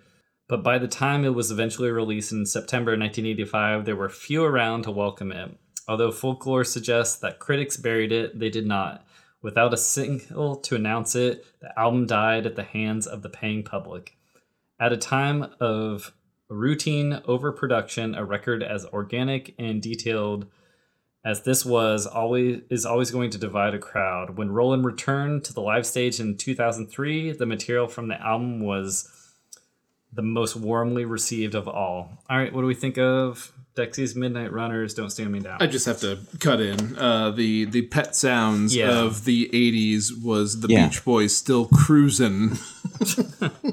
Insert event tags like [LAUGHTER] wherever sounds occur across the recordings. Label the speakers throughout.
Speaker 1: but by the time it was eventually released in September 1985, there were few around to welcome it. Although folklore suggests that critics buried it, they did not. Without a single to announce it, the album died at the hands of the paying public. At a time of routine overproduction, a record as organic and detailed as this was always is always going to divide a crowd. When Roland returned to the live stage in 2003, the material from the album was the most warmly received of all. All right, what do we think of Dexy's Midnight Runners? Don't stand me down.
Speaker 2: I just have to cut in. Uh, the the pet sounds
Speaker 1: Yeah.
Speaker 2: of the '80s was the
Speaker 3: Yeah.
Speaker 2: Beach Boys still cruising,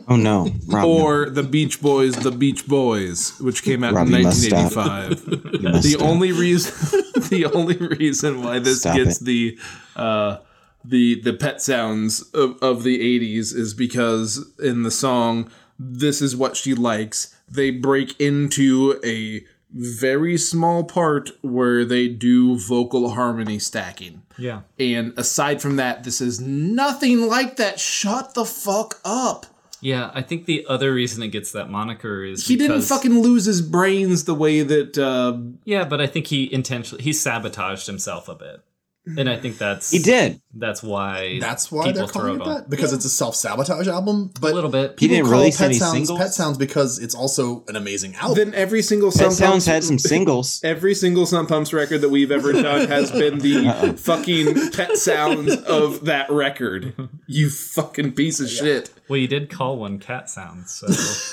Speaker 3: Oh no, Rob,
Speaker 2: or the Beach Boys, the Beach Boys, which came out
Speaker 3: Rob,
Speaker 2: in
Speaker 3: you must stop.
Speaker 2: [LAUGHS] 1985.
Speaker 3: no, you must
Speaker 2: the
Speaker 3: stop.
Speaker 2: only reason, [LAUGHS] the only reason why this
Speaker 3: Stop
Speaker 2: gets
Speaker 3: it.
Speaker 2: the uh, the the pet sounds of, of the 80s is because in the song this is what she likes they break into a very small part where they do vocal harmony stacking
Speaker 1: yeah.
Speaker 2: and aside from that this is nothing like that shut the fuck up
Speaker 1: Yeah, I think the other reason it gets that moniker is
Speaker 2: he didn't
Speaker 1: because-
Speaker 2: fucking lose his brains the way that uh,
Speaker 1: Yeah, but I think he intentionally he sabotaged himself a bit. And I think that's
Speaker 3: he did.
Speaker 1: that's why
Speaker 4: That's why they're calling it
Speaker 1: on.
Speaker 4: that because it's a self sabotage album. But
Speaker 1: a little bit.
Speaker 3: He
Speaker 4: people
Speaker 3: didn't
Speaker 4: call
Speaker 3: release
Speaker 4: Pet
Speaker 3: any
Speaker 4: Sounds
Speaker 3: singles.
Speaker 4: Pet Sounds because it's also an amazing album.
Speaker 2: then every single
Speaker 3: Oh. Pet
Speaker 2: song
Speaker 3: Sounds had
Speaker 2: [LAUGHS]
Speaker 3: some singles.
Speaker 2: Every single Sun Pumps record that we've ever
Speaker 3: [LAUGHS]
Speaker 2: done has been the
Speaker 3: Uh-uh.
Speaker 2: fucking pet sounds of that record. You fucking piece of shit.
Speaker 1: Well, you did call one cat sounds,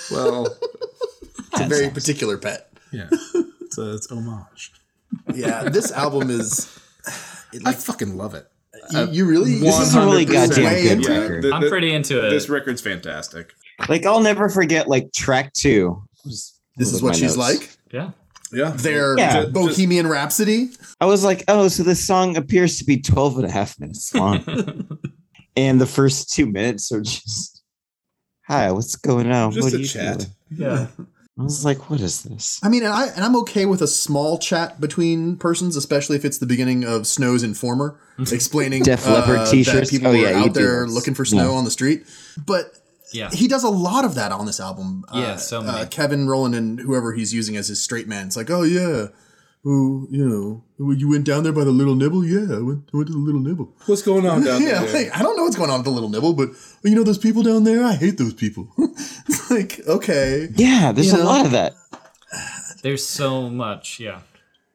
Speaker 4: [LAUGHS]
Speaker 1: so
Speaker 2: Well,
Speaker 4: it's a very particular pet.
Speaker 2: [LAUGHS] yeah. So it's homage.
Speaker 3: [LAUGHS]
Speaker 4: Yeah, this album is. It,
Speaker 2: I
Speaker 4: like,
Speaker 2: fucking love it.
Speaker 4: you, you really
Speaker 3: This is a really
Speaker 2: 100%.
Speaker 3: goddamn
Speaker 4: Way
Speaker 3: good
Speaker 4: into it.
Speaker 3: record.
Speaker 2: Th-
Speaker 1: I'm
Speaker 2: th-
Speaker 1: pretty into it.
Speaker 2: This record's fantastic.
Speaker 3: Like I'll never forget. Like track two. Just
Speaker 4: this is
Speaker 3: look
Speaker 4: what
Speaker 3: at my
Speaker 4: she's
Speaker 3: notes.
Speaker 4: like.
Speaker 1: yeah.
Speaker 2: Yeah.
Speaker 4: Their
Speaker 3: Yeah.
Speaker 4: Bohemian Rhapsody.
Speaker 3: I was like, oh, so this song appears to be 12 and a half minutes long.
Speaker 2: [LAUGHS]
Speaker 3: and the first two minutes are just, hi, what's going on?
Speaker 2: Just
Speaker 3: what
Speaker 2: a
Speaker 3: are you
Speaker 2: chat.
Speaker 3: doing?"
Speaker 4: [LAUGHS]
Speaker 1: Yeah.
Speaker 3: I was like, what is this?
Speaker 4: I mean, and I and I'm okay with a small chat between persons, especially if it's the beginning of
Speaker 1: [LAUGHS]
Speaker 4: Snow's Informer explaining
Speaker 3: Def
Speaker 4: uh,
Speaker 3: Leppard t-shirts.
Speaker 4: that people
Speaker 3: Oh,
Speaker 4: were
Speaker 3: yeah, you
Speaker 4: out
Speaker 3: do
Speaker 4: there
Speaker 3: those.
Speaker 4: looking for snow
Speaker 3: Yeah.
Speaker 4: on the street. But
Speaker 1: Yeah.
Speaker 4: he does a lot of that on this album.
Speaker 1: Yeah,
Speaker 4: Uh,
Speaker 1: so
Speaker 4: uh,
Speaker 1: many.
Speaker 4: Kevin Rowland and whoever he's using as his straight man. It's like, oh yeah, who you know, well, you went down there by the little nibble. Yeah, I went, I went to the little nibble.
Speaker 2: What's going on down
Speaker 4: [LAUGHS] yeah,
Speaker 2: there?
Speaker 4: like, I don't know what's going on with the little nibble, but you know those people down there. I hate those people. [LAUGHS] it's like okay,
Speaker 3: Yeah, there's
Speaker 4: You
Speaker 3: a
Speaker 4: know?
Speaker 3: lot of that.
Speaker 1: There's so much. Yeah.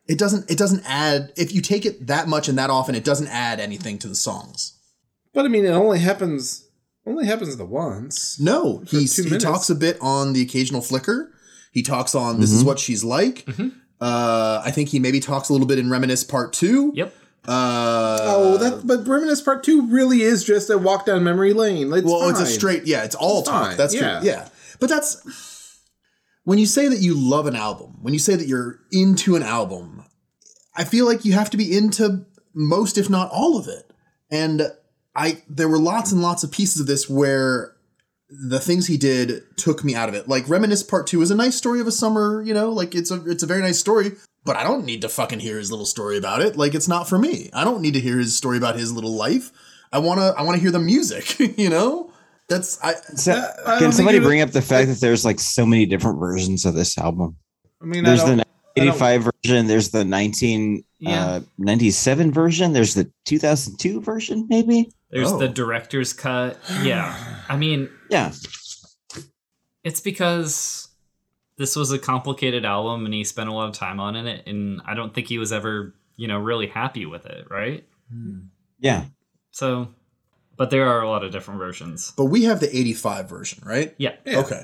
Speaker 4: it doesn't it doesn't add if you take it that much and that often, it doesn't add anything to the songs.
Speaker 2: But I mean, it only happens only happens the once.
Speaker 4: No,
Speaker 2: For
Speaker 4: he
Speaker 2: two
Speaker 4: he
Speaker 2: minutes.
Speaker 4: talks a bit on the occasional flicker. He talks on this is
Speaker 2: Mm-hmm.
Speaker 4: what she's like. Uh, I think he maybe talks a little bit in reminisce part two.
Speaker 1: Yep.
Speaker 4: Uh,
Speaker 2: oh, that but Reminisce Part Two really is just a walk down memory lane. It's
Speaker 4: well, it's a
Speaker 2: fine.
Speaker 4: straight yeah. It's all talk.
Speaker 2: fine,
Speaker 4: That's
Speaker 2: yeah.
Speaker 4: true. Yeah, but that's when you say that you love an album. When you say that you're into an album, I feel like you have to be into most, if not all of it. And I there were lots and lots of pieces of this where the things he did took me out of it. Like Reminisce Part 2 is a nice story of a summer, you know, like it's a it's a very nice story, but I don't need to fucking hear his little story about it. Like it's not for me. I don't need to hear his story about his little life. I want to I want to hear the music, [LAUGHS] you know? That's I
Speaker 3: So,
Speaker 2: I don't
Speaker 3: can
Speaker 2: think
Speaker 3: somebody
Speaker 2: it was-
Speaker 3: bring up the fact that there's like so many different versions of this album?
Speaker 2: I mean, I
Speaker 3: There's
Speaker 2: don't-
Speaker 3: the
Speaker 2: I don't-
Speaker 3: 85 version, there's the 1997
Speaker 1: Yeah.
Speaker 3: uh, 97 version, there's the 2002 version, maybe?
Speaker 1: There's the
Speaker 4: Oh.
Speaker 1: director's cut. Yeah. I mean,
Speaker 3: Yeah.
Speaker 1: it's because this was a complicated album and he spent a lot of time on it and I don't think he was ever, you know, really happy with it, right?
Speaker 3: Yeah.
Speaker 1: So but there are a lot of different versions.
Speaker 4: but we have the 85 version, right?
Speaker 1: Yeah.
Speaker 2: Yeah.
Speaker 4: Okay.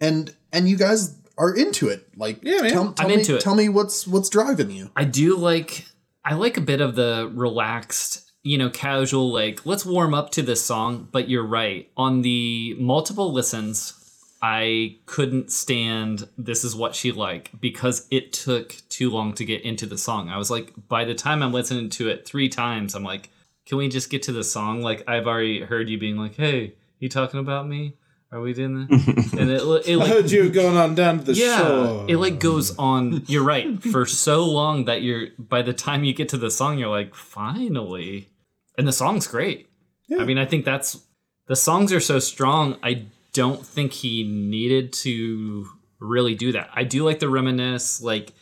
Speaker 4: And and you guys are into it. Like
Speaker 2: Yeah, man.
Speaker 4: tell, tell
Speaker 1: I'm
Speaker 4: me
Speaker 1: into it.
Speaker 4: tell me what's what's driving you.
Speaker 1: I do like I like a bit of the relaxed, you know, casual like let's warm up to this song, but you're right. On the multiple listens, I couldn't stand this is what she like because it took too long to get into the song. I was like by the time I'm listening to it 3 times, I'm like can we just get to the song? Like I've already heard you being like, "Hey, you talking about me? Are we doing that?" and it, it
Speaker 2: I
Speaker 1: like
Speaker 2: heard you were going on down to the
Speaker 1: yeah
Speaker 2: shore.
Speaker 1: it like goes
Speaker 4: [LAUGHS]
Speaker 1: on you're right for so long that you're by the time you get to the song you're like finally and the song's great i mean i think that's the songs are so strong i don't think he needed to really do that i do like the reminisce like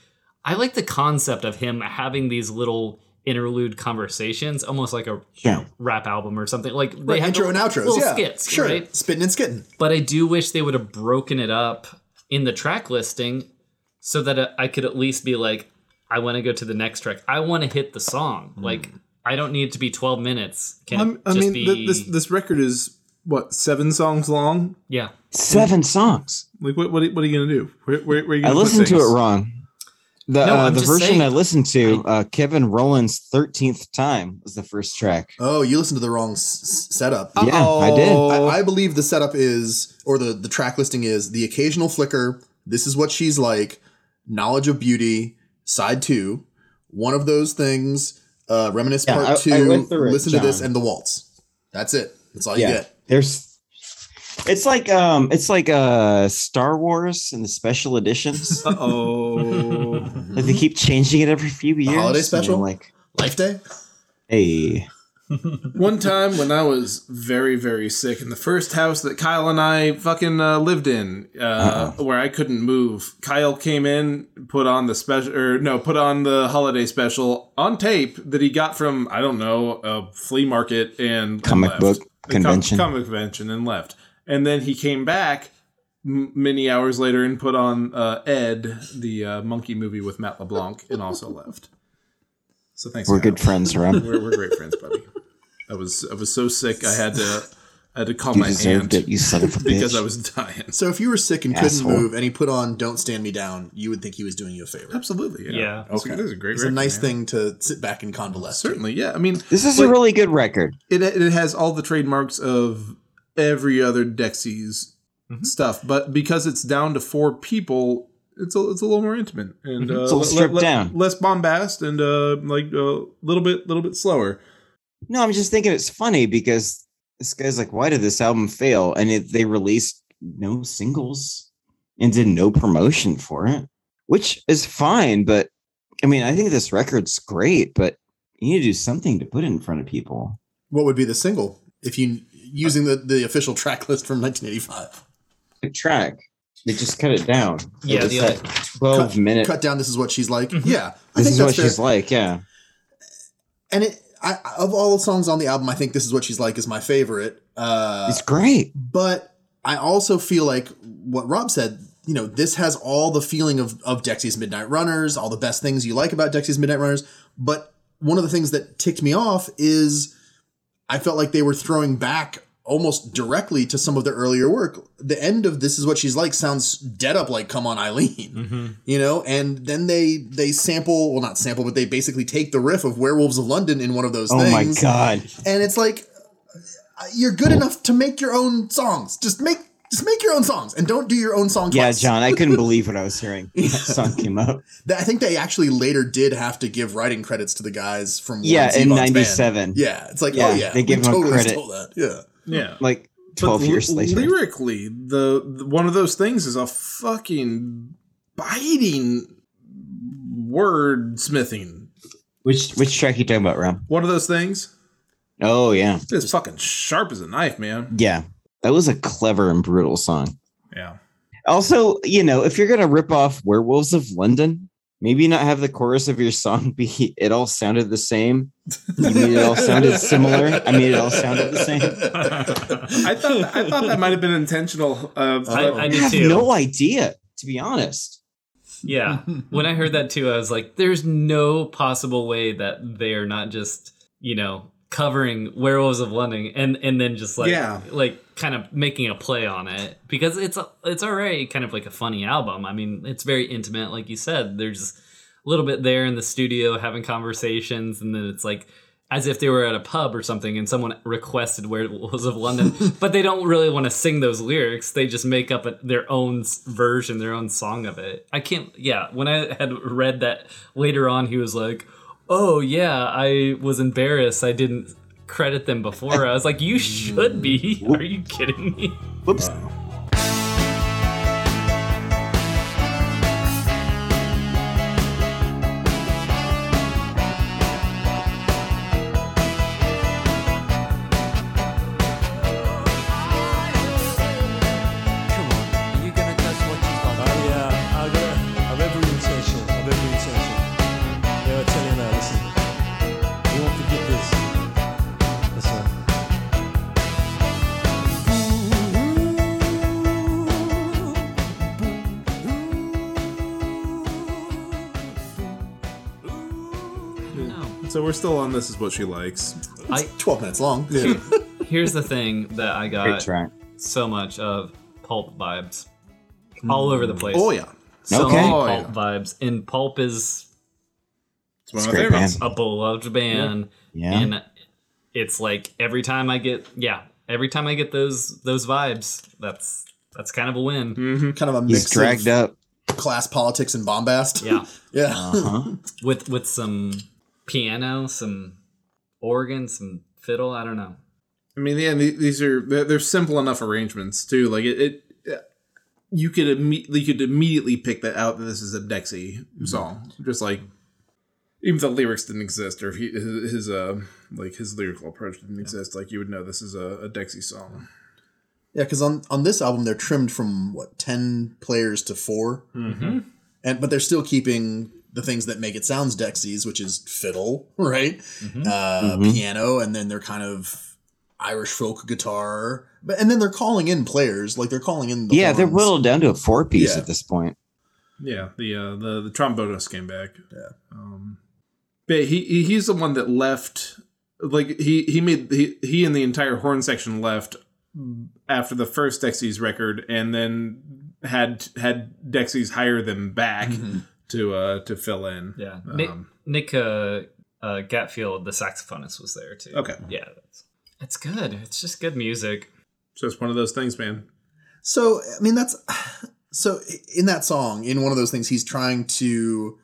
Speaker 1: i like the concept of him having these little interlude conversations almost like a
Speaker 3: Yeah.
Speaker 1: rap album or something like they
Speaker 4: Right,
Speaker 1: had
Speaker 4: intro and
Speaker 1: little-
Speaker 4: outros,
Speaker 1: little
Speaker 4: yeah,
Speaker 1: skits
Speaker 4: sure,
Speaker 1: right
Speaker 4: spitting and skitting.
Speaker 1: but I do wish they would have broken it up in the track listing so that uh, I- I could at least be like, I want to go to the next track. I want to hit the song. Like, I don't need it to be 12 minutes. Can
Speaker 2: I'm-
Speaker 1: it
Speaker 2: I
Speaker 1: just
Speaker 2: mean,
Speaker 1: be.
Speaker 2: th- this this record is what seven songs long.
Speaker 1: yeah.
Speaker 3: Seven songs.
Speaker 2: Like, what what are, what are you gonna do? Where, where, where are you
Speaker 3: I
Speaker 2: gonna put
Speaker 3: listened to
Speaker 2: things?
Speaker 3: it wrong. The,
Speaker 1: No,
Speaker 3: uh,
Speaker 1: I'm
Speaker 3: the
Speaker 1: just
Speaker 3: version
Speaker 1: saying-
Speaker 3: I listened to, uh, Kevin Rowland's 13th time was the first track.
Speaker 4: Oh, you listened to the wrong s- s- setup.
Speaker 3: Yeah, I did.
Speaker 4: I, I believe the setup is, or the the track listing is, the occasional flicker. This is what she's like. Knowledge of beauty, side two. One of those things. Uh, reminisce
Speaker 3: Yeah,
Speaker 4: part
Speaker 3: I- I
Speaker 4: two.
Speaker 3: went through it,
Speaker 4: listen to this
Speaker 3: John.
Speaker 4: and the waltz. That's it. That's all you
Speaker 3: Yeah.
Speaker 4: get.
Speaker 3: There's it's like um it's like uh Star Wars and the special
Speaker 2: [LAUGHS]
Speaker 3: editions.
Speaker 2: Uh oh.
Speaker 3: Like they keep changing it every few years.
Speaker 4: holiday
Speaker 3: and I'm
Speaker 4: special?
Speaker 3: Like,
Speaker 4: Life Day.
Speaker 3: hey,
Speaker 2: One time when I was very, very sick in the first house that Kyle and I fucking uh, lived in, uh, where I couldn't move, Kyle came in, put on the special, or no, put on the holiday special on tape that he got from I don't know a flea market and and
Speaker 3: Comic
Speaker 2: left.
Speaker 3: book
Speaker 2: A com-
Speaker 3: convention.
Speaker 2: comic convention, and left. And then he came back m- many hours later and put on uh, Ed, the uh, monkey movie with Matt LeBlanc, and also left. So thanks.
Speaker 3: we're
Speaker 2: Kyle.
Speaker 3: good friends,
Speaker 2: [LAUGHS]
Speaker 3: Rob.
Speaker 2: We're, we're great friends, buddy. I was I was so sick I had to I had to call
Speaker 3: You
Speaker 2: Oh, my
Speaker 3: deserved
Speaker 2: aunt
Speaker 3: it, you son of a
Speaker 2: [LAUGHS] because
Speaker 3: bitch.
Speaker 2: I was dying.
Speaker 4: So if you were sick and
Speaker 3: Asshole.
Speaker 4: couldn't move, and he put on "Don't Stand Me Down," you would think he was doing you a favor.
Speaker 2: Absolutely, yeah.
Speaker 1: Yeah.
Speaker 2: It's- it is a great.
Speaker 4: It's a
Speaker 2: record,
Speaker 4: nice
Speaker 2: man.
Speaker 4: thing to sit back and convalesce. to.
Speaker 2: Certainly, yeah. I mean,
Speaker 3: this is a
Speaker 2: like,
Speaker 3: really good record.
Speaker 2: it it has all the trademarks of every other Dexy's
Speaker 1: Mhm.
Speaker 2: stuff, but because it's down to four people. It's a, it's a little more intimate and uh,
Speaker 3: Mm-hmm. It's a little
Speaker 2: le-
Speaker 3: stripped
Speaker 2: le-
Speaker 3: down.
Speaker 2: less bombast and uh, like a little bit little bit slower.
Speaker 3: No, I'm just thinking it's funny because this guy's like, why did this album fail? And it, they released no singles and did no promotion for it, which is fine. But I mean, I think this record's great, but you need to do something to put it in front of people.
Speaker 4: What would be the single if you using the, the official track list from 1985.
Speaker 3: The track. They just cut it down. They
Speaker 1: Yeah,
Speaker 3: just
Speaker 1: the-
Speaker 3: that twelve minute.
Speaker 4: Cut down. This is what she's like.
Speaker 2: Mm-hmm.
Speaker 4: Yeah, I
Speaker 3: this
Speaker 4: think
Speaker 3: is what
Speaker 4: that's fair.
Speaker 3: she's like. Yeah,
Speaker 4: And it, I, of all the songs on the album, I think this is what she's like is my favorite. Uh,
Speaker 3: it's great.
Speaker 4: but I also feel like what Rob said, you know, this has all the feeling of of Dexy's Midnight Runners, all the best things you like about Dexy's Midnight Runners, but one of the things that ticked me off is I felt like they were throwing back almost directly to some of their earlier work. The end of this is what she's like sounds dead up like come on Eileen you know and then they they sample well not sample but they basically take the riff of werewolves of london in one of those
Speaker 3: Oh
Speaker 4: things
Speaker 3: my god.
Speaker 4: and it's like uh, you're good enough to make your own songs just make just make your own songs and don't do your own song
Speaker 3: Yeah,
Speaker 4: twice.
Speaker 3: John, I
Speaker 4: [LAUGHS]
Speaker 3: couldn't believe what I was hearing. That song came up.
Speaker 4: Th- i think they actually later did have to give writing credits to the guys from
Speaker 3: Yeah,
Speaker 4: Warren
Speaker 3: in
Speaker 4: Zevon's band.
Speaker 3: '97.
Speaker 4: yeah it's like
Speaker 3: Yeah,
Speaker 4: oh yeah
Speaker 3: they give
Speaker 4: we
Speaker 3: them
Speaker 4: totally
Speaker 3: credit.
Speaker 4: stole that yeah
Speaker 2: Yeah.
Speaker 3: like
Speaker 2: But
Speaker 3: twelve years
Speaker 2: l-
Speaker 3: later.
Speaker 2: Lyrically, the, the- one of those things is a fucking biting word smithing.
Speaker 3: Which which track you talking about, Ram?
Speaker 2: One of those things
Speaker 3: Oh yeah,
Speaker 2: is fucking sharp as a knife, man.
Speaker 3: yeah. That was a clever and brutal song.
Speaker 2: Yeah.
Speaker 3: Also, you know, if you're gonna rip off Werewolves of London, maybe not have the chorus of your song be [LAUGHS] "It all sounded the same." You mean it all sounded similar? I mean, it all sounded the [LAUGHS] same.
Speaker 2: I thought I thought that might have been intentional. Uh,
Speaker 1: I, I
Speaker 3: I
Speaker 1: did
Speaker 3: have
Speaker 1: too.
Speaker 3: [LAUGHS] no idea, to be honest.
Speaker 1: Yeah. When I heard that too, I was like, there's no possible way that they're not just, you know, covering werewolves of London and and then just like
Speaker 2: Yeah.
Speaker 1: like kind of making a play on it. Because it's a, it's already kind of like a funny album. I mean, it's very intimate, like you said. There's a little bit there in the studio having conversations, and then it's like as if they were at a pub or something and someone requested werewolves of
Speaker 3: [LAUGHS]
Speaker 1: london but they don't really want to sing those lyrics they just make up a, their own s- version their own song of it i can't yeah when i had read that later on he was like oh yeah i was embarrassed i didn't credit them before i was like you should
Speaker 3: [LAUGHS]
Speaker 1: be [LAUGHS] are you kidding me
Speaker 3: Whoops.
Speaker 5: Come on, are you gonna touch what she's
Speaker 6: Oh
Speaker 5: like?
Speaker 6: yeah, I got I've every intention, I've every intention. Yeah, I tell you now, listen. You won't forget this. Listen.
Speaker 2: so we're still on. This is what she likes.
Speaker 1: i
Speaker 4: [LAUGHS] 12 minutes long
Speaker 1: here's the thing that i
Speaker 3: Great
Speaker 1: got
Speaker 3: track.
Speaker 1: so much of pulp vibes
Speaker 3: Mm.
Speaker 1: all over the place
Speaker 2: [LAUGHS] Oh yeah,
Speaker 1: so
Speaker 3: Okay.
Speaker 1: many
Speaker 2: Oh,
Speaker 1: pulp
Speaker 2: yeah.
Speaker 1: vibes and pulp is
Speaker 2: it's one
Speaker 3: It's
Speaker 2: of my
Speaker 3: great,
Speaker 2: favorites.
Speaker 3: man.
Speaker 1: a beloved band
Speaker 3: Yeah.
Speaker 1: and it's like every time i get yeah every time i get those those vibes that's that's kind of a win
Speaker 3: Hmm.
Speaker 2: Mm-hmm.
Speaker 4: kind of a
Speaker 3: He's
Speaker 4: mix
Speaker 3: dragged
Speaker 4: of
Speaker 3: up.
Speaker 4: class politics and bombast
Speaker 1: yeah
Speaker 4: [LAUGHS] yeah
Speaker 3: Uh-huh.
Speaker 1: with with some piano some organ some fiddle i don't know
Speaker 2: I mean, yeah, the- these are they're, they're simple enough arrangements too. Like it, it you could immediately you could immediately pick that out that this is a Dexy song. Just like even if the lyrics didn't exist, or if he, his, his uh like his lyrical approach didn't exist, like you would know this is a, a Dexy song.
Speaker 4: Yeah, because on on this album they're trimmed from what ten players to 4 mm-hmm. and but they're still keeping the things that make it sounds Dexys, which is fiddle, [LAUGHS] right,
Speaker 2: Mm-hmm.
Speaker 4: Uh,
Speaker 3: Mm-hmm.
Speaker 4: piano, and then they're kind of Irish folk guitar, but and then they're calling in players, like they're calling in. The
Speaker 3: Yeah, they're
Speaker 4: horns.
Speaker 3: whittled down to a four piece
Speaker 4: Yeah.
Speaker 3: at this point.
Speaker 2: Yeah, the uh, the the trombonist came back. Yeah. Um, but he he- he's the one that left. Like he he made he he and the entire horn section left after the first Dexys record, and then had had Dexys hire them back to uh to fill in.
Speaker 1: yeah
Speaker 2: Um,
Speaker 1: nick nick uh, uh gatfield the saxophonist was there too
Speaker 2: Okay.
Speaker 1: yeah that's, it's good it's just good music
Speaker 2: So it's one of those things, man.
Speaker 4: So I mean, that's [SIGHS] so in that song, in one of those things, he's trying to,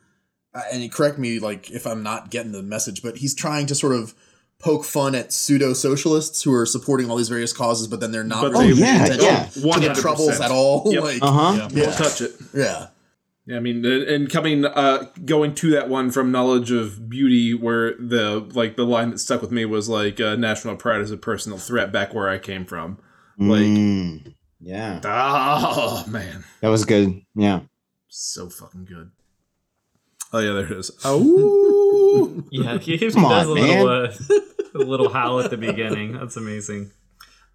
Speaker 4: uh, and he correct me like if I'm not getting the message, but he's trying to sort of poke fun at pseudo socialists who are supporting all these various causes, but then they're not
Speaker 2: But
Speaker 4: really
Speaker 2: they-
Speaker 3: Oh,
Speaker 4: paying
Speaker 3: yeah, Uh-huh.
Speaker 4: attention
Speaker 3: yeah.
Speaker 4: to the [LAUGHS]
Speaker 2: 100%.
Speaker 4: troubles at all.
Speaker 2: Yep.
Speaker 4: Like,
Speaker 3: Uh huh.
Speaker 2: Won't touch it.
Speaker 4: yeah,
Speaker 2: Yeah, I mean, and- and coming, uh, going to that one from knowledge of beauty, where the like the line that stuck with me was like uh, national pride is a personal threat. Back where I came from, Like-
Speaker 3: Mm, yeah,
Speaker 2: oh man,
Speaker 3: that was good. Yeah,
Speaker 2: so fucking good. Oh yeah, there it is. Oh,
Speaker 1: Yeah, he, he
Speaker 3: Come
Speaker 1: does
Speaker 3: on,
Speaker 1: a little, uh, [LAUGHS] a little howl at the beginning. That's amazing.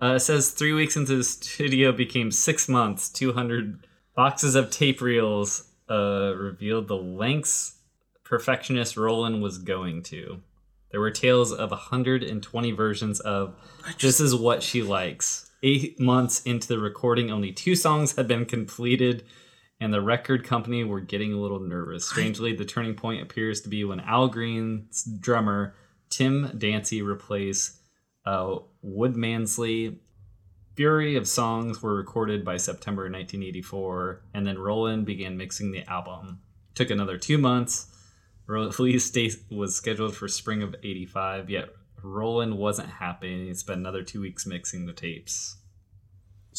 Speaker 1: Uh, it says three weeks into the studio became six months. Two hundred boxes of tape reels uh, revealed the lengths perfectionist Roland was going to. There were tales of 120 versions of "This Is What She Likes." Eight months into the recording, only two songs had been completed and the record company were getting a little nervous. Strangely, the turning point appears to be when Al Green's drummer Tim Dancy replaced uh, Wood Mansley. Fury of songs were recorded by September 1984, and then Roland began mixing the album. Took another two months. Release date was scheduled for spring of '85, yet Roland wasn't happy, and he spent another two weeks mixing the tapes.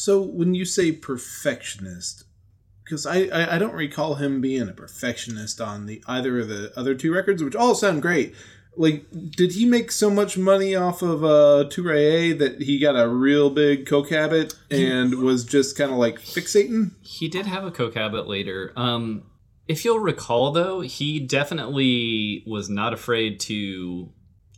Speaker 2: so when you say perfectionist, because I, I I don't recall him being a perfectionist on the either of the other two records, which all sound great. Like, did he make so much money off of uh, Touré that he got a real big coke habit and was just kind of like fixating?
Speaker 1: He did have a coke habit later. Um, if you'll recall, though, he definitely was not afraid to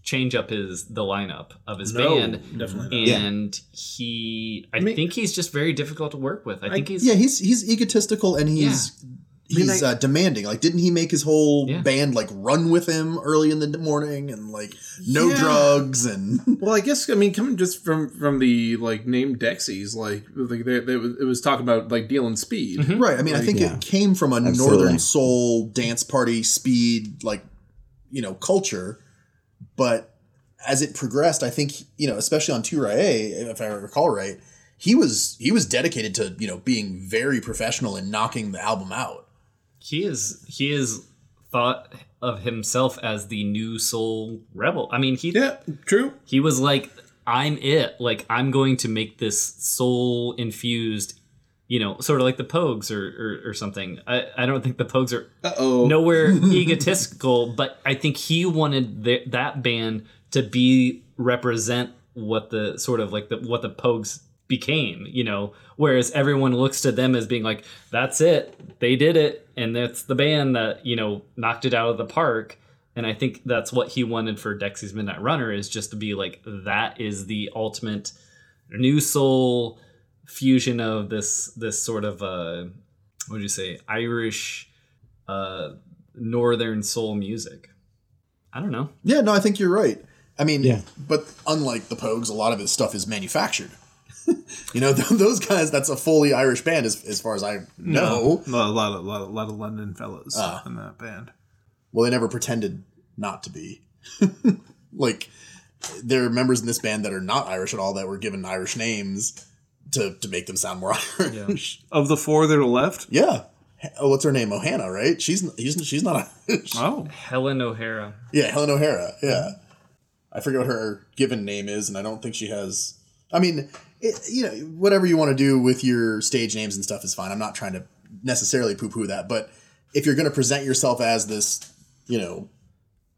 Speaker 1: change up his the lineup of his band,
Speaker 2: definitely not.
Speaker 1: and he. I,
Speaker 2: I mean-
Speaker 1: think he's just very difficult to work with. I think he's.
Speaker 4: Yeah, he's he's egotistical and he's
Speaker 2: mean,
Speaker 4: he's
Speaker 2: I-
Speaker 4: uh, demanding. Like, didn't he make his whole
Speaker 1: Yeah.
Speaker 4: band like run with him early in the morning and like no
Speaker 2: Yeah.
Speaker 4: drugs and [LAUGHS]
Speaker 2: Well, I guess I mean coming just from from the like name Dexies, like like they, they, it was talking about like dealing speed.
Speaker 1: Mm-hmm.
Speaker 4: right. I mean, I think
Speaker 3: yeah.
Speaker 4: it came from a
Speaker 3: Absolutely.
Speaker 4: northern soul dance party speed like you know culture, but as it progressed, I think you know, especially on Tour A, if I recall right, he was he was dedicated to you know being very professional and knocking the album out.
Speaker 1: He is. He is thought of himself as the new soul rebel. I mean, he
Speaker 2: Yeah, true.
Speaker 1: he was like i'm it like i'm going to make this soul infused you know sort of like the pogues or or, or something I, I don't think the pogues are
Speaker 2: Uh oh.
Speaker 1: nowhere egotistical but i think he wanted th- that band to be represent what the sort of like the what the pogues became you know whereas everyone looks to them as being like that's it they did it and that's the band that you know knocked it out of the park and i think that's what he wanted for dexy's midnight runner is just to be like that is the ultimate new soul fusion of this this sort of uh what would you say irish uh northern soul music i don't know
Speaker 4: Yeah, no, I think you're right. I mean,
Speaker 3: Yeah.
Speaker 4: but unlike the Pogues, a lot of his stuff is manufactured. [LAUGHS] you know, th- those guys, that's a fully Irish band as, as far as I know.
Speaker 2: a lot of lot of, lot of London fellows
Speaker 4: Ah.
Speaker 2: in that band.
Speaker 4: Well, they never pretended not to be. [LAUGHS] like, there are members in this band that are not Irish at all that were given Irish names to, to make them sound more [LAUGHS] Irish.
Speaker 2: Of the four that are left,
Speaker 4: Yeah. H- Oh, what's her name? Ohana, right? She's n- he's, she's not [LAUGHS] Irish.
Speaker 2: oh,
Speaker 1: helen o'hara
Speaker 4: Yeah, Helen O'Hara. Yeah, I forget what her given name is, and I don't think she has. I mean, it, you know, whatever you want to do with your stage names and stuff is fine. I'm not trying to necessarily poo-poo that, but if you're going to present yourself as this, you know,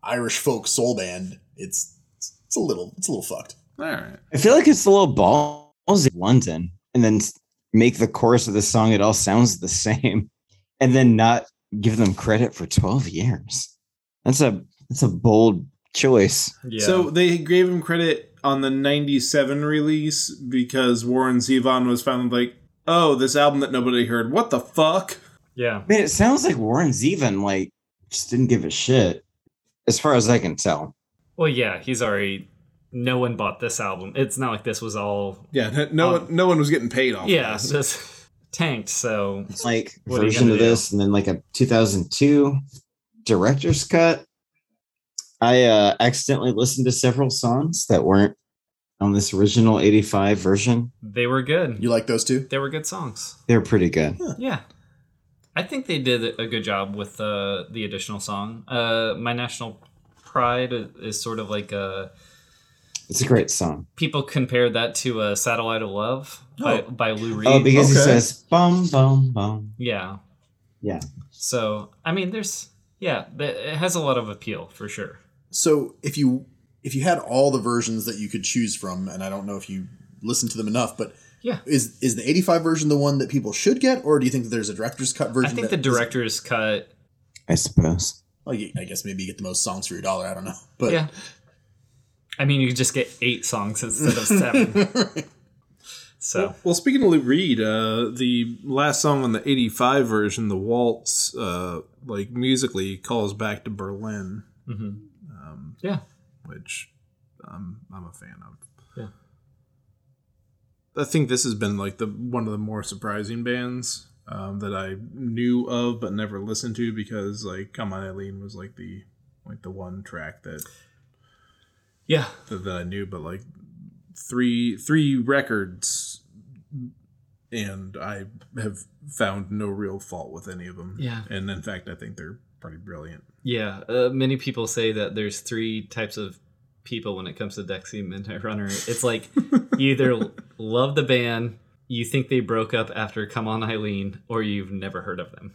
Speaker 4: Irish folk soul band, it's it's a little it's a little fucked.
Speaker 2: all right.
Speaker 3: I feel like it's a little ballsy in London, and then s- make the chorus of the song it all sounds the same, [LAUGHS] and then not give them credit for twelve years. That's a that's a bold choice.
Speaker 1: yeah
Speaker 2: So they gave him credit on the '97 release because Warren Zevon was finally like, "Oh, this album that nobody heard. What the fuck?"
Speaker 1: yeah
Speaker 3: Man, it sounds like Warren Zevon like just didn't give a shit, as far as I can tell.
Speaker 1: well yeah he's already no one bought this album it's not like this was all
Speaker 2: Yeah, no- no one, no one was getting paid off.
Speaker 1: Uh, yeah [LAUGHS]
Speaker 2: this.
Speaker 1: just tanked so
Speaker 3: It's like
Speaker 1: What are you
Speaker 3: version
Speaker 1: gonna
Speaker 3: of
Speaker 1: do?
Speaker 3: this, and then like a 2002 director's cut. I uh, accidentally listened to several songs that weren't on this original 85 version.
Speaker 1: they were good
Speaker 4: You like those two?
Speaker 1: they were good songs
Speaker 3: They're pretty good.
Speaker 1: Yeah. I think they did a good job with uh, the additional song. Uh, My National Pride is- is sort of like a.
Speaker 3: It's a great song.
Speaker 1: People compare that to uh, a Satellite of Love by, by Lou Reed.
Speaker 3: Oh, because he
Speaker 2: okay.
Speaker 3: says bum bum bum.
Speaker 1: yeah.
Speaker 3: Yeah.
Speaker 1: So I mean, there's yeah, th- it has a lot of appeal for sure.
Speaker 4: So if you if you had all the versions that you could choose from, and I don't know if you listened to them enough, but
Speaker 1: Yeah.
Speaker 4: is is the eighty five version the one that people should get, or do you think that there's a director's cut
Speaker 1: I
Speaker 4: version?
Speaker 1: think the
Speaker 4: that
Speaker 1: director's cut.
Speaker 3: I suppose.
Speaker 4: Well, you- I guess maybe you get the most songs for your dollar. I don't know, but
Speaker 1: Yeah. I mean, you could just get eight songs instead of seven. so
Speaker 2: Well, speaking of Lou Reed, uh, the last song on the 85 version, the waltz, uh, like musically calls back to Berlin,
Speaker 1: mhm. yeah,
Speaker 2: which I'm, I'm a fan of.
Speaker 1: Yeah.
Speaker 2: I think this has been like the one of the more surprising bands um, that I knew of but never listened to because like Come On Eileen was like the like the one track that
Speaker 1: yeah.
Speaker 2: that, that I knew, but like three three records, and I have found no real fault with any of them.
Speaker 1: Yeah.
Speaker 2: and in fact, I think they're pretty brilliant.
Speaker 1: Yeah, uh, many people say that there's three types of people when it comes to Dexy Midnight Runner. It's like you either love the band, you think they broke up after Come On Eileen, or you've never heard of them.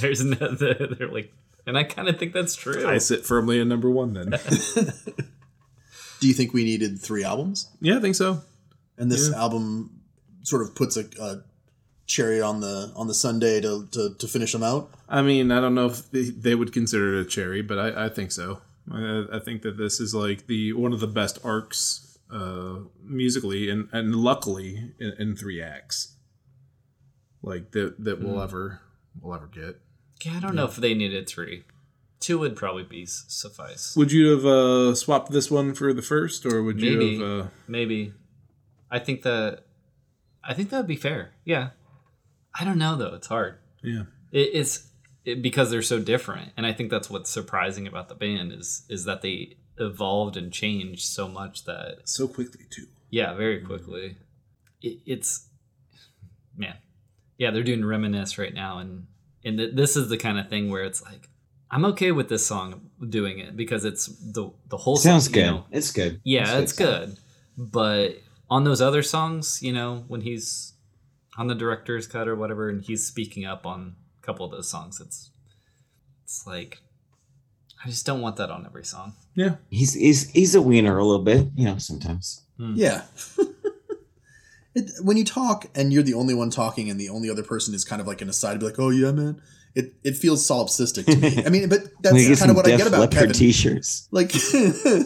Speaker 1: there's no, [LAUGHS] they're, they're like, and I kind of think that's true.
Speaker 2: I sit firmly in number
Speaker 1: [LAUGHS]
Speaker 2: one. Then,
Speaker 4: do you think we needed three albums?
Speaker 2: yeah, I think so.
Speaker 4: And this
Speaker 2: Yeah.
Speaker 4: album sort of puts a, a cherry on the on the Sunday to, to to finish them out.
Speaker 2: I mean, I don't know if they- they would consider it a cherry, but I, I think so. I, I think that this is like the one of the best arcs uh, musically and, and luckily in, in three acts, like that that we'll ever we'll ever get.
Speaker 1: Yeah, I don't know if they needed three. Two would probably be s- suffice.
Speaker 2: Would you have uh, swapped this one for the first, or would
Speaker 1: Maybe.
Speaker 2: you have? Uh,
Speaker 1: Maybe. I think that, I think that would be fair. Yeah. I don't know though. It's hard.
Speaker 2: yeah,
Speaker 1: it, it's it, because they're so different and i think that's what's surprising about the band is is that they evolved and changed so much that
Speaker 2: so quickly too.
Speaker 1: yeah very quickly it, it's man yeah they're doing reminisce right now and and th- this is the kind of thing where it's like i'm okay with this song doing it because it's the the whole
Speaker 3: Sounds
Speaker 1: song,
Speaker 3: good.
Speaker 1: you know,
Speaker 3: It's good.
Speaker 1: yeah, it's good.
Speaker 3: sound.
Speaker 1: But on those other songs, you know, when he's on the director's cut or whatever, and he's speaking up on a couple of those songs, it's it's like I just don't want that on every song.
Speaker 2: Yeah,
Speaker 3: He's he's he's a wiener a little bit, you know, sometimes.
Speaker 4: Yeah. [LAUGHS] it, when you talk and you're the only one talking and the only other person is kind of like an aside, be like, oh, yeah, man. It, it feels solipsistic to me. I mean, but
Speaker 3: Like, get
Speaker 4: that's kind
Speaker 3: some
Speaker 4: of what I
Speaker 3: Def
Speaker 4: get about
Speaker 3: Leppard
Speaker 4: Kevin.
Speaker 3: t-shirts.
Speaker 4: like,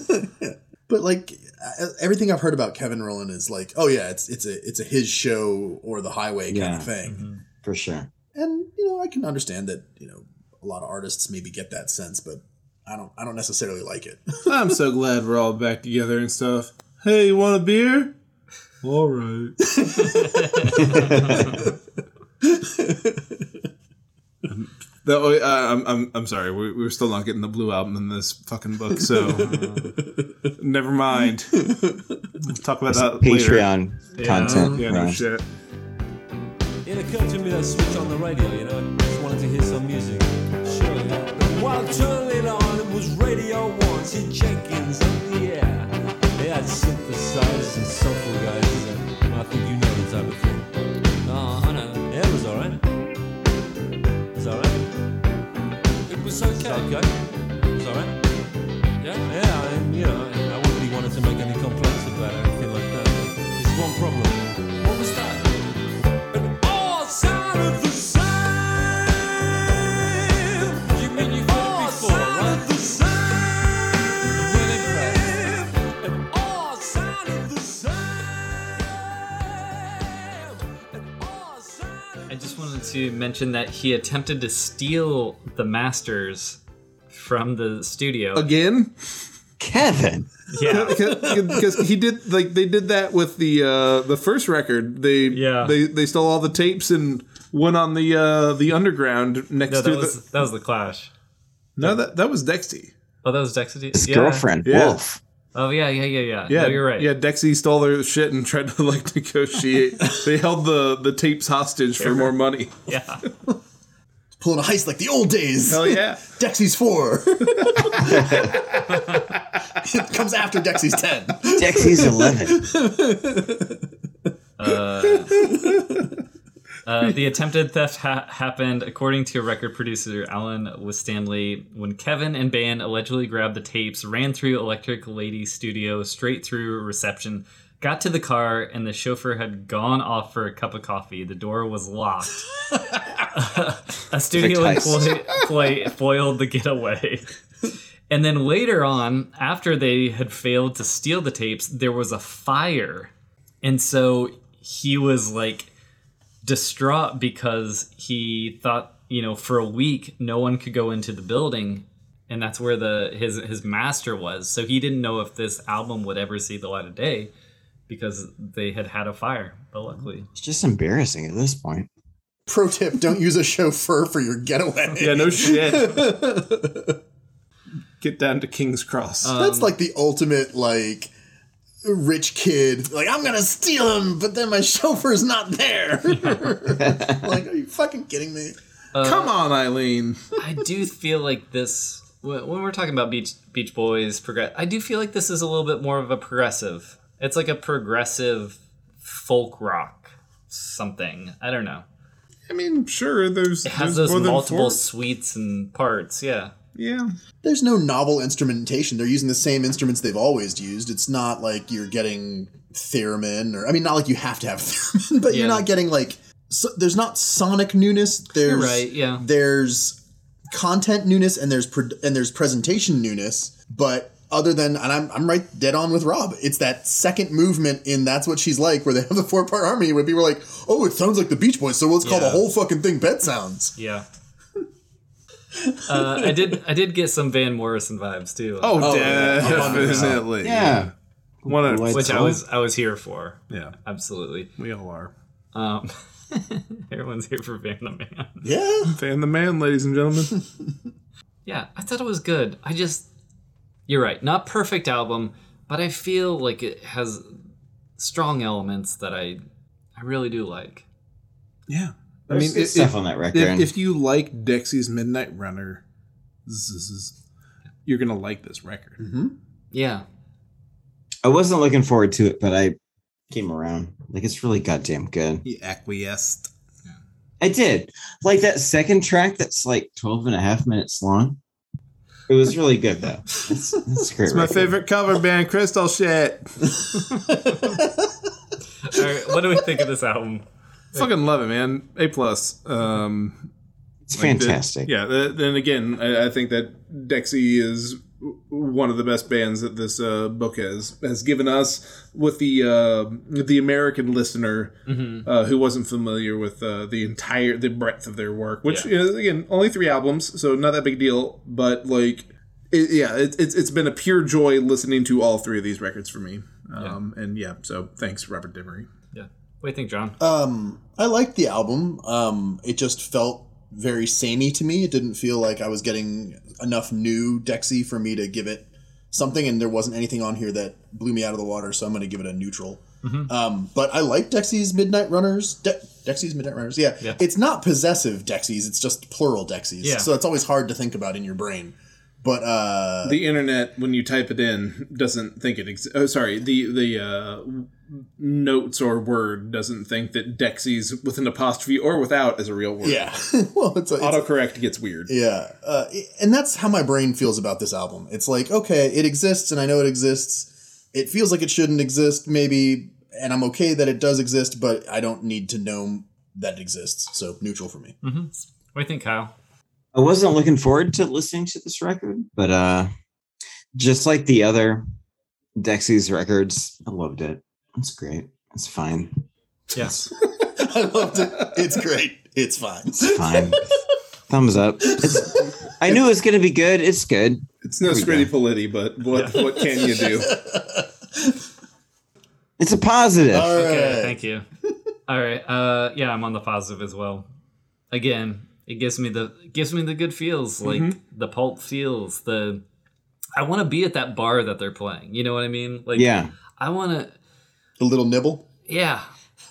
Speaker 4: [LAUGHS] but like uh, everything I've heard about Kevin Rowland is like, oh yeah, it's it's a it's a his show or the highway kind
Speaker 3: Yeah.
Speaker 4: of thing.
Speaker 3: For sure.
Speaker 4: And you know, I can understand that you know a lot of artists maybe get that sense, but I don't I don't necessarily like it. [LAUGHS]
Speaker 2: I'm so glad we're all back together and stuff. Hey, you want a beer? All [LAUGHS] right. That way, uh, I'm, I'm, I'm sorry. We, we're still not getting the blue album in this fucking book, [LAUGHS] so uh, never mind. We'll talk about that later.
Speaker 3: Patreon content.
Speaker 2: Yeah, no
Speaker 3: Ryan.
Speaker 2: shit.
Speaker 6: It occurred to me that I switched on the radio, you know, I just wanted to hear some music. Sure, yeah. Well, I turned it on, it was Radio 1, Sid Jenkins in the air. They had synthesizers and soulful guys, and I think you know the type of thing.
Speaker 5: Oh, I know.
Speaker 6: Yeah, it was alright. It was alright.
Speaker 5: It was
Speaker 6: It's
Speaker 5: okay.
Speaker 6: okay. It was alright.
Speaker 5: Yeah.
Speaker 6: Yeah, I mean, you know, I wouldn't be wanting to make any complaints about it or anything like that. There's one problem.
Speaker 5: What was that?
Speaker 6: It all sounded the same.
Speaker 5: You mean you've heard it before, right? Well impressed.
Speaker 1: I just wanted to mention that he attempted to steal the masters from the studio.
Speaker 2: Oh, Again?
Speaker 3: Kevin.
Speaker 2: [LAUGHS]
Speaker 1: Yeah,
Speaker 2: because he did like they did that with the uh the first record they
Speaker 1: Yeah.
Speaker 2: they they stole all the tapes and went on the uh the underground next
Speaker 1: no,
Speaker 2: to
Speaker 1: that was
Speaker 2: the
Speaker 1: that was the Clash.
Speaker 2: no that that was dexy
Speaker 1: Oh, that was Dexter.
Speaker 3: His girlfriend,
Speaker 2: Yeah.
Speaker 3: Wolf.
Speaker 1: Oh yeah, yeah, yeah, yeah.
Speaker 2: yeah
Speaker 1: no, you're right.
Speaker 2: yeah dexy stole their shit and [LAUGHS] tried to like negotiate they held the the tapes hostage for more money
Speaker 1: yeah.
Speaker 4: Pulling a heist like the old days.
Speaker 2: hell yeah
Speaker 4: Dexy's four. [LAUGHS] it comes after Dexy's ten.
Speaker 2: [LAUGHS]
Speaker 3: Dexy's 11.
Speaker 1: Uh, the attempted theft ha- happened, according to record producer Alan with Stanley, when Kevin and Ban allegedly grabbed the tapes, ran through Electric Lady Studio, straight through reception, got to the car, and the chauffeur had gone off for a cup of coffee. The door was locked. [LAUGHS] a studio
Speaker 3: Perfect heist.
Speaker 1: employee play, foiled the getaway. And then later on, after they had failed to steal the tapes, there was a fire. And so he was like distraught because he thought, you know, for a week no one could go into the building and that's where the his his master was. So he didn't know if this album would ever see the light of day because they had had a fire. But luckily,
Speaker 3: It's just embarrassing at this point.
Speaker 4: Pro tip: Don't use a chauffeur for your getaway.
Speaker 2: [LAUGHS] Yeah, no shit. [LAUGHS] Get down to King's Cross.
Speaker 4: That's like the ultimate like rich kid. Like I'm gonna steal him, but then my chauffeur's not there. [LAUGHS] like, are you fucking kidding me?
Speaker 1: Uh,
Speaker 2: Come on, Eileen.
Speaker 1: I do feel like this when when we're talking about Beach Beach Boys progress. I do feel like this is a little bit more of a progressive. It's like a progressive folk rock something. I don't know.
Speaker 2: I mean, sure, there's
Speaker 1: It has
Speaker 2: there's
Speaker 1: those
Speaker 2: more than
Speaker 1: multiple
Speaker 2: four-
Speaker 1: suites and parts. Yeah.
Speaker 2: Yeah,
Speaker 4: There's no novel instrumentation. They're using the same instruments they've always used. It's not like you're getting theremin, or I mean, not like you have to have [LAUGHS] theremin, but
Speaker 1: Yeah.
Speaker 4: you're not getting like. So, there's not sonic newness. There's
Speaker 1: right, yeah.
Speaker 4: There's content newness and there's pro- and there's presentation newness, but other than and I'm I'm right dead on with Rob. It's that second movement in that's what she's like, where they have the four part harmony, where people are like, oh, it sounds like the Beach Boys, so let's call the
Speaker 1: Yeah.
Speaker 4: whole fucking thing Pet Sounds.
Speaker 1: Yeah. uh, I did. I did get some Van Morrison vibes too.
Speaker 2: oh,
Speaker 4: yeah.
Speaker 2: definitely,
Speaker 3: Yeah.
Speaker 2: One of
Speaker 3: Like-
Speaker 1: which I
Speaker 3: so?
Speaker 1: was. I was here for.
Speaker 2: yeah,
Speaker 1: Absolutely.
Speaker 2: we all are.
Speaker 1: Um, [LAUGHS] everyone's here for Van the Man.
Speaker 4: Yeah.
Speaker 2: Fan the man, ladies and
Speaker 3: [LAUGHS]
Speaker 2: gentlemen.
Speaker 1: Yeah, I thought it was good. I just, you're right, not perfect album, but I feel like it has strong elements that I, I really do like.
Speaker 2: yeah, I
Speaker 3: There's
Speaker 2: mean,
Speaker 3: good
Speaker 2: if,
Speaker 3: stuff
Speaker 2: if,
Speaker 3: on that record.
Speaker 2: if, if you like Dexy's Midnight Runner, this is you're gonna like this record.
Speaker 4: Mm-hmm.
Speaker 1: Yeah,
Speaker 3: I wasn't looking forward to it, but I came around. Like it's really goddamn good.
Speaker 2: He acquiesced.
Speaker 3: I did. Like that second track that's like 12 and a half minutes long. It was really good though. That's, that's a great.
Speaker 2: It's my
Speaker 3: record.
Speaker 2: favorite cover band, Crystal Shit.
Speaker 1: All right, what do we think of this album?
Speaker 2: Fucking love it, man. A plus. Um,
Speaker 3: It's
Speaker 2: Like the-
Speaker 3: fantastic.
Speaker 2: yeah. th- Then again, I, I think that Dexy is w- one of the best bands that this uh, book has has given us with the uh, the American listener uh, who wasn't familiar with uh, the entire the breadth of their work, which is again only three albums, so not that big deal. But like, it, yeah, it, it's it's been a pure joy listening to all three of these records for me. Um, And yeah, so thanks, Robert Dimery.
Speaker 1: Yeah, what do you think, John?
Speaker 4: Um, I liked the album. Um, it just felt very samey to me. It didn't feel like I was getting enough new Dexy for me to give it something, and there wasn't anything on here that blew me out of the water. So I'm going to give it a neutral.
Speaker 1: Mm-hmm.
Speaker 4: Um, but I like Dexy's Midnight Runners. De- Dexy's Midnight Runners. Yeah.
Speaker 1: Yeah.
Speaker 4: it's not possessive Dexys. It's just plural Dexys.
Speaker 1: Yeah.
Speaker 4: So it's always hard to think about in your brain. But uh,
Speaker 2: the internet when you type it in doesn't think it ex- oh sorry the the uh, notes or word doesn't think that dexys with an apostrophe or without is a real word
Speaker 4: yeah, [LAUGHS] well, it's a, it's a-
Speaker 2: autocorrect gets weird
Speaker 4: Yeah, uh, i- and that's how my brain feels about this album. It's like, okay, it exists, and I know it exists. It feels like it shouldn't exist, maybe, and I'm okay that it does exist, but I don't need to know that it exists. So neutral for me. [LAUGHS]
Speaker 1: What do you think, Kyle?
Speaker 3: I wasn't looking forward to listening to this record, but uh just like the other Dexy's records, I loved it. It's great. It's fine.
Speaker 1: Yes,
Speaker 4: I loved it. It's great. It's fine.
Speaker 3: It's
Speaker 2: [LAUGHS]
Speaker 3: fine. Thumbs up. It's, I knew it was gonna be good. It's good.
Speaker 2: it's no
Speaker 3: Here we
Speaker 2: scritti
Speaker 3: go.
Speaker 2: politti but what what can you [LAUGHS] do
Speaker 3: It's a positive.
Speaker 4: All right.
Speaker 1: okay, thank you. All right, uh, yeah, I'm on the positive as well. Again, it gives me the it gives me the good feels, like
Speaker 4: Mm-hmm.
Speaker 1: the pulp feels. The I want to be at that bar that they're playing. You know what I mean? Like,
Speaker 3: yeah.
Speaker 1: I want to.
Speaker 4: The little nibble.
Speaker 1: Yeah.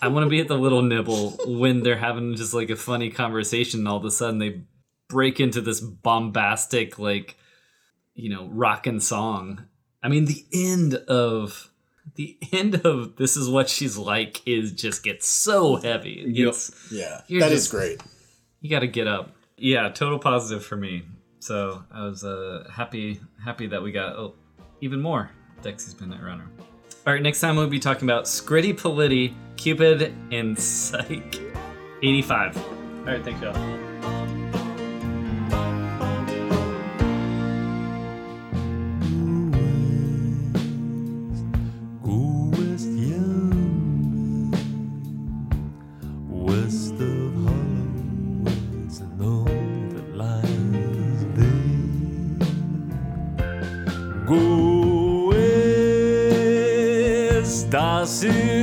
Speaker 1: I want to be at the little nibble when they're having just like a funny conversation and all of a sudden they break into this bombastic like you know rockin' song. I mean the end of the end of this is what she's like is just gets so heavy.
Speaker 2: Yep.
Speaker 1: It's
Speaker 4: Yeah,
Speaker 1: You're
Speaker 4: that is
Speaker 1: just-
Speaker 4: great.
Speaker 1: you got to get up. Yeah, total positive for me. So I was uh, happy happy that we got oh, even more Dexy's Midnight Runner. All right, next time we'll be talking about Scritty Politti, Cupid, and Psych 85. All right, thanks, y'all.
Speaker 6: Go west, young west of Hollow, it's an old that lies there. Go west, I see